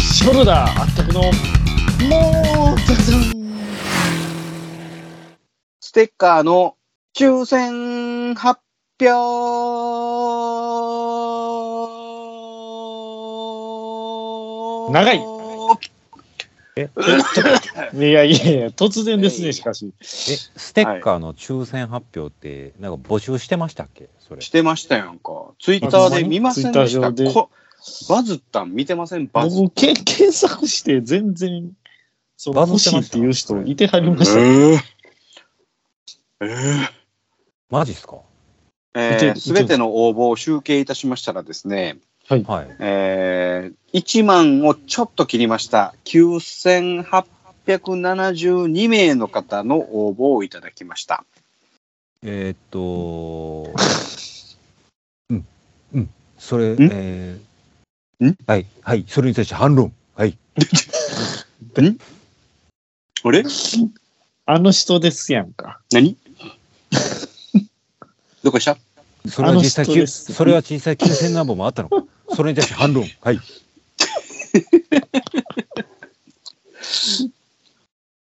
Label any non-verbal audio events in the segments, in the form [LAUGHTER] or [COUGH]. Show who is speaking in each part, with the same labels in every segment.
Speaker 1: ショルダーあったくの、もう、ザザン
Speaker 2: ステッカーの抽選発表
Speaker 1: 長い
Speaker 3: え
Speaker 1: いやいやいや、突然です
Speaker 2: は
Speaker 1: ね、
Speaker 2: い
Speaker 1: しかし。
Speaker 3: え、ステッカーの抽選発表って、なんか募集してましたっけそれ。
Speaker 2: してましたやんか。ツイッターで見ませんでし
Speaker 1: ツイッター
Speaker 2: た。
Speaker 1: 上で
Speaker 2: こバズったん見てませんバズ
Speaker 1: 僕、け検索して全然、その
Speaker 3: バズ
Speaker 1: 欲
Speaker 3: って
Speaker 1: しい
Speaker 3: ま
Speaker 1: っ
Speaker 3: してた
Speaker 1: いう人いてはりましたね。
Speaker 2: ええー
Speaker 3: マジっすか
Speaker 2: え
Speaker 1: 見て
Speaker 2: ーすべての応募を集計いたしましたらですね、
Speaker 3: はい。
Speaker 2: えー、1万をちょっと切りました9872名の方の応募をいただきました。
Speaker 3: えーっ
Speaker 1: [LAUGHS]
Speaker 3: と、うん、うん、それ、
Speaker 2: ん
Speaker 3: え
Speaker 2: ん
Speaker 3: ー、はい、はい、それに対して反論。はい。
Speaker 2: あれ
Speaker 1: あの人ですやんか。
Speaker 2: 何 [LAUGHS] どこした
Speaker 3: それは実
Speaker 1: あの人で
Speaker 3: 際、
Speaker 1: す
Speaker 3: それは実際、金銭何本もあっ
Speaker 1: [LAUGHS]
Speaker 3: たのか。それに対して反論。はい。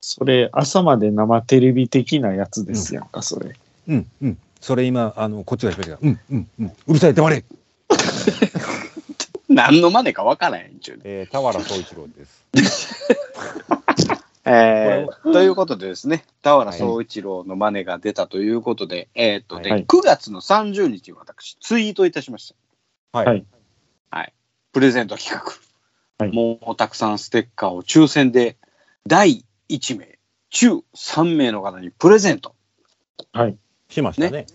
Speaker 1: それ、朝まで生テレビ的なやつですやんか、それ。
Speaker 3: うん、うん。それ今、あの、こっちが喋ってた。うん、うん、うん。うるさい、黙れ。
Speaker 2: 何の真似か分からへんちゅうね。
Speaker 3: えー、田原総一郎です。
Speaker 2: えー、ということでですね、田原
Speaker 3: はい
Speaker 2: 総一郎の真似が出たということで、えーっとで、
Speaker 1: はい
Speaker 2: 9月の30日に私、ツイートいたしました。
Speaker 3: はい。
Speaker 1: はい
Speaker 2: プレゼント企画。
Speaker 1: はい
Speaker 2: もうたくさんステッカーを抽選で、第1名、中3名の方にプレゼント。
Speaker 1: はい。
Speaker 3: しましたね。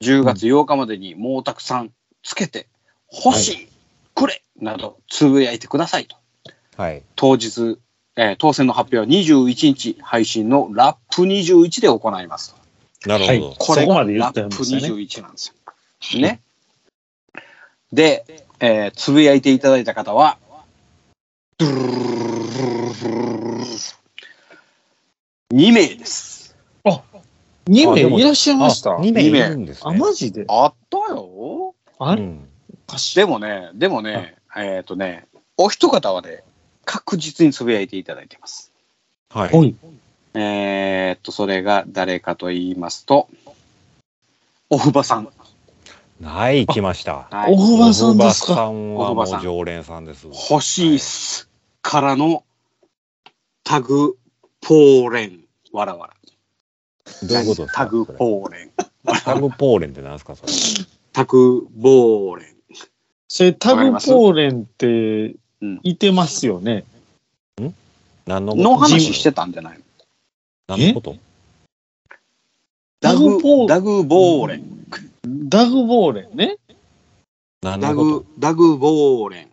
Speaker 2: 10月8日までにもうたくさんつけて、欲しい、くれなど、つぶやいてくださいと。
Speaker 3: はい。
Speaker 2: 当日、えー当選の発表は21日配信のラップ21で行いますと。
Speaker 3: なるほど。
Speaker 1: はい
Speaker 2: これ
Speaker 1: そこ
Speaker 2: が
Speaker 1: まで言
Speaker 2: ラ
Speaker 1: ってま
Speaker 2: ップ
Speaker 1: したね
Speaker 2: 21なんですよ。ね。で、えーつぶやいていただいた方は、2名です。
Speaker 1: 2
Speaker 3: あで
Speaker 1: 名
Speaker 3: も
Speaker 1: いらっしゃいました。
Speaker 3: あ二名いるんです
Speaker 1: あ、
Speaker 3: ね。
Speaker 1: マジで
Speaker 2: あったよ。
Speaker 1: あ
Speaker 3: う
Speaker 1: れ
Speaker 3: ん
Speaker 1: おかしい。
Speaker 2: でもね、でもね、えっ、とね、お一方はね、確実につぶやいていただいてます。
Speaker 3: はい。
Speaker 1: おい。
Speaker 2: えっ、と、それが誰かと言いますと、おふばさん。
Speaker 3: はい、来ました。
Speaker 2: はい
Speaker 1: おふばさんですか
Speaker 3: おばさんは
Speaker 2: おばさ
Speaker 3: も
Speaker 2: ん
Speaker 3: う常連さんです。
Speaker 2: 欲しいっすからのタグポーレンわらわら。
Speaker 3: どういうことですか
Speaker 2: タグ
Speaker 3: それ
Speaker 2: ポーレン。
Speaker 3: タグポーレンって何ですかそれ。
Speaker 2: タグボーレン。
Speaker 1: それ、タ
Speaker 2: わかり
Speaker 1: グ
Speaker 2: ます
Speaker 1: ポーレンって
Speaker 2: うん、
Speaker 1: いてますよね。
Speaker 3: 何のこと
Speaker 2: の話してたんじゃないの
Speaker 3: 何のこと
Speaker 2: ダ
Speaker 1: タグポ
Speaker 2: グ
Speaker 1: ー
Speaker 2: ダグボーレン。
Speaker 1: ダグボーレンね。
Speaker 3: 何
Speaker 2: ダ
Speaker 3: のこ
Speaker 2: グ、ダグボーレン。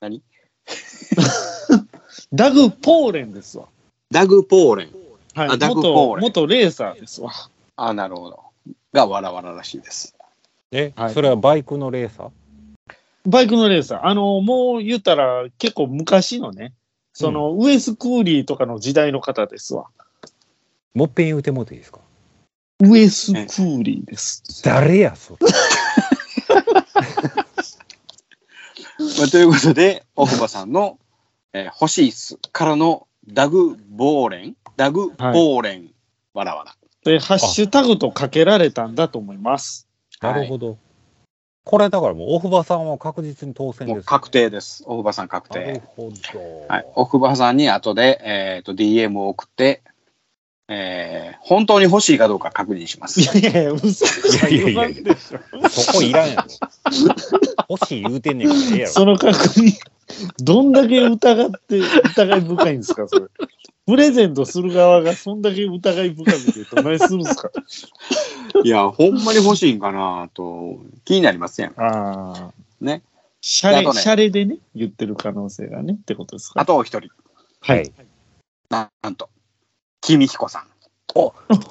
Speaker 2: 何
Speaker 1: ダグポーレンですわ。
Speaker 2: ダグポーレン。
Speaker 1: はい。
Speaker 2: あダグ
Speaker 1: 元
Speaker 2: ポーレン
Speaker 1: 元レーサーですわ。
Speaker 2: あ、なるほど。がわらわららしいです。
Speaker 3: とえ
Speaker 1: はい、
Speaker 3: それはバイクのレーサー
Speaker 1: バイクのレーサー。あの、もう言ったら結構昔のね、その、ウエス・クーリーとかの時代の方ですわ。
Speaker 3: もっぺん言うてもうていいですか
Speaker 1: ウエス・クーリーです。
Speaker 3: 誰やそれ。
Speaker 2: まあ、ということで、オフバさんの、えー欲しいっすからのダグボーレン。ダグボーレンわらわら。
Speaker 1: で、ハッシュタグとかけられたんだと思います。
Speaker 3: なるほど。これだからもうオフバさんは確実に当選です、
Speaker 2: もう確。定です。オフバさん確
Speaker 3: な
Speaker 2: 定
Speaker 3: る。ほど。
Speaker 2: はい、奥歯さんに後で、えー、と DM を送って、えー本当に欲しいかどうか確認します
Speaker 1: い。やいやいや、嘘じゃ
Speaker 3: いやい
Speaker 1: 言わ
Speaker 3: や
Speaker 1: ん
Speaker 3: いや
Speaker 1: でしょ。
Speaker 3: そこいらんやろ。 [LAUGHS] 欲しい言うてんねんからええやろ。
Speaker 1: その確認、どんだけ疑って、疑い深いんですか、それ。プレゼントする側がそんだけ疑い深くて、どないするんですか。
Speaker 2: いや、ほんまに欲しいんかなと、気になりますやん。
Speaker 1: ああ。
Speaker 2: ね。
Speaker 1: シャ
Speaker 2: あと
Speaker 1: レ、
Speaker 2: ね
Speaker 1: シャレでね、言ってる可能性がね、ってことですか。
Speaker 2: あとお一人、
Speaker 1: は
Speaker 3: はい
Speaker 1: い。
Speaker 2: ななんと、君彦さん。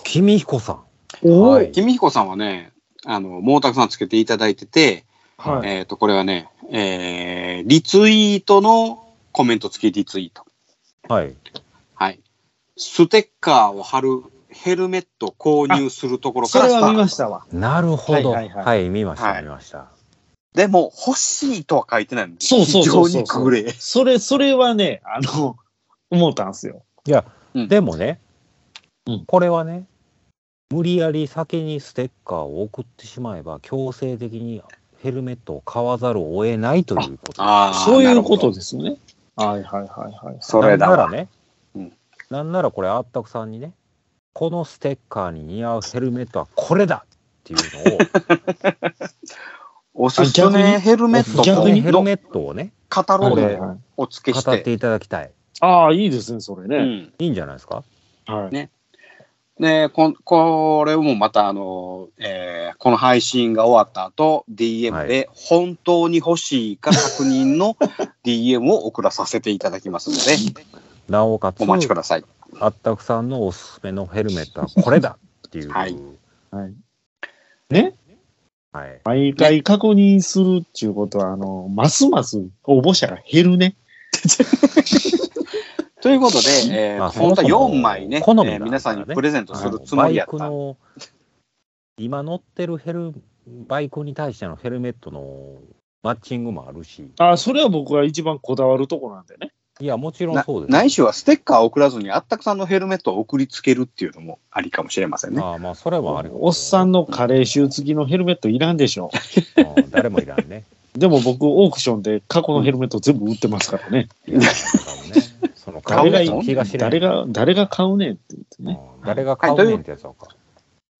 Speaker 3: 君彦さん。
Speaker 1: お
Speaker 3: は
Speaker 1: ー
Speaker 3: い
Speaker 2: 君彦さんはね、あの、もうたくさんつけていただいてて、
Speaker 1: はい。
Speaker 2: えっ、と、これはね、えーリツイートのコメント付きリツイート。
Speaker 3: はい。
Speaker 2: はい。ステッカーを貼るヘルメット購入するところか
Speaker 1: そ
Speaker 2: ら
Speaker 1: れ
Speaker 2: スタ
Speaker 1: は
Speaker 2: ー
Speaker 1: 見
Speaker 2: ト
Speaker 1: ま。したわ。
Speaker 3: なるほど。
Speaker 1: は
Speaker 3: はいい、
Speaker 1: はいはい
Speaker 3: 見ました、
Speaker 2: はい
Speaker 3: 見ました。
Speaker 2: でも、欲しいとは書いてないの。
Speaker 1: そうそうそうそ
Speaker 2: 非常
Speaker 1: う
Speaker 2: にくぐれ。
Speaker 1: それ、それはね、あの、思ったんすよ。
Speaker 3: でもね、
Speaker 1: うん
Speaker 3: これはね、無理やり先にステッカーを送ってしまえば、強制的にヘルメットを買わざるを得ないということ。
Speaker 2: あ
Speaker 1: そういうこと
Speaker 2: で。
Speaker 1: ですね。はいはいはいはい。
Speaker 2: それだ
Speaker 3: なんなら
Speaker 2: わ。
Speaker 3: ね、
Speaker 2: うん
Speaker 3: なんならこれ、あったくさんにね、このステッカーに似合うヘルメットはこれだっ
Speaker 2: [LAUGHS]
Speaker 3: ていうのを、
Speaker 2: おすす
Speaker 1: あ逆
Speaker 2: め
Speaker 1: に
Speaker 2: ヘルメット
Speaker 1: 逆
Speaker 3: 逆
Speaker 1: に
Speaker 3: にヘル
Speaker 2: と
Speaker 3: メ
Speaker 2: の
Speaker 3: ットをね、
Speaker 2: カタロ
Speaker 1: はいはい
Speaker 2: グ
Speaker 1: はい
Speaker 2: お付けし
Speaker 3: 語って
Speaker 2: て。
Speaker 3: いただきたい。
Speaker 1: ああ、いいですね、それ
Speaker 2: う
Speaker 1: ね。
Speaker 2: ん
Speaker 3: いいんじゃないですか
Speaker 1: はい。
Speaker 2: で、こんこれもまた、あの、えーこの配信が終わった後、
Speaker 3: は
Speaker 2: DM
Speaker 3: い
Speaker 2: で、本当に欲しいか確認
Speaker 3: [LAUGHS]
Speaker 2: の DM を送らさせていただきますので、
Speaker 3: なおかつ
Speaker 2: お、待ちください。
Speaker 3: あったくさんのおすすめのヘルメットはこれだっていう。
Speaker 2: はい
Speaker 1: はい。ね
Speaker 3: はい
Speaker 1: 毎回確認するっていうことは、あの、ますます応募者が減るね。
Speaker 2: ということで、えー
Speaker 3: まあ
Speaker 2: 本当は
Speaker 3: そもそも
Speaker 2: 4枚ね、
Speaker 3: 好みだからね
Speaker 2: えー皆さんにプレゼントす
Speaker 3: あの
Speaker 2: るつも
Speaker 3: バ
Speaker 2: り
Speaker 3: イ
Speaker 2: やっ
Speaker 3: ク
Speaker 2: た。
Speaker 3: の今乗ってるヘルバイクに対してのヘルメットのマッチングもあるし
Speaker 1: ああ、それは僕が一番こだわるとこなんでね。
Speaker 3: いやもちろん
Speaker 2: な
Speaker 3: そうです
Speaker 2: ないしはステッカーを送らずに、あったくさんのヘルメットを送りつけるっていうのもありかもしれませんね。
Speaker 3: ああまあそれはあれ
Speaker 1: おっさんのカレー臭付きのヘルメットいらんでしょ
Speaker 3: うん誰もいらんね
Speaker 1: う。でも僕、オークションで過去のヘルメット全部売ってますからね。
Speaker 3: いやなんかねその
Speaker 2: 買
Speaker 1: [LAUGHS] 誰
Speaker 2: う
Speaker 1: が
Speaker 2: や
Speaker 1: い
Speaker 2: つ
Speaker 1: い
Speaker 3: の気が知れん
Speaker 1: 誰が、誰が買うねんって言って
Speaker 3: う
Speaker 1: ね。
Speaker 3: ん誰が買うねんってやつはか、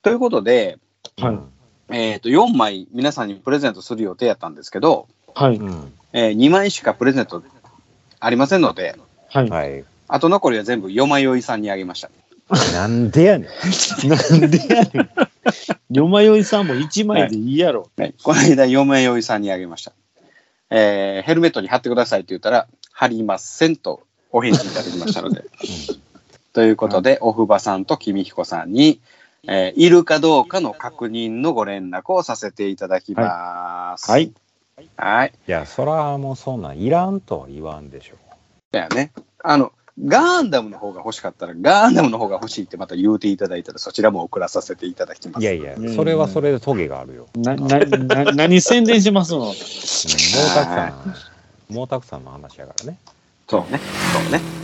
Speaker 2: ということで、
Speaker 1: はい
Speaker 3: うん
Speaker 2: えー、と4枚皆さんにプレゼントする予定やったんですけど、
Speaker 1: はい。
Speaker 3: うん
Speaker 2: え2枚しかプレゼントありませんので、
Speaker 1: はい。
Speaker 3: はい
Speaker 2: あと残りは全部、よまよいさんにあげました。
Speaker 3: なんでやねん
Speaker 1: なんでやねん。よまよいさんも1枚でいいやろ。
Speaker 2: はい、この間、よまよいさんにあげました。えーヘルメットに貼ってくださいって言ったら、貼りませんとお返事いただきました
Speaker 3: [LAUGHS]
Speaker 2: ので。ということで、おふばさんときみひこさんに、えーいるかどうかの確認のご連絡をさせていただきます。
Speaker 1: はい。
Speaker 2: はい。
Speaker 3: いやそらもうそんなんいらんとは言わんでしょ
Speaker 2: だよね。あの、ガンダムの方が欲しかったら、ガンダムの方が欲しいってまた言うていただいたら、そちらも送らさせていただきます。
Speaker 3: いやいやそれはそれでトゲがあるよ
Speaker 1: な、な、な、何宣伝しますの
Speaker 3: うん毛沢さん毛沢さんの話やからね
Speaker 2: そうね。そうね。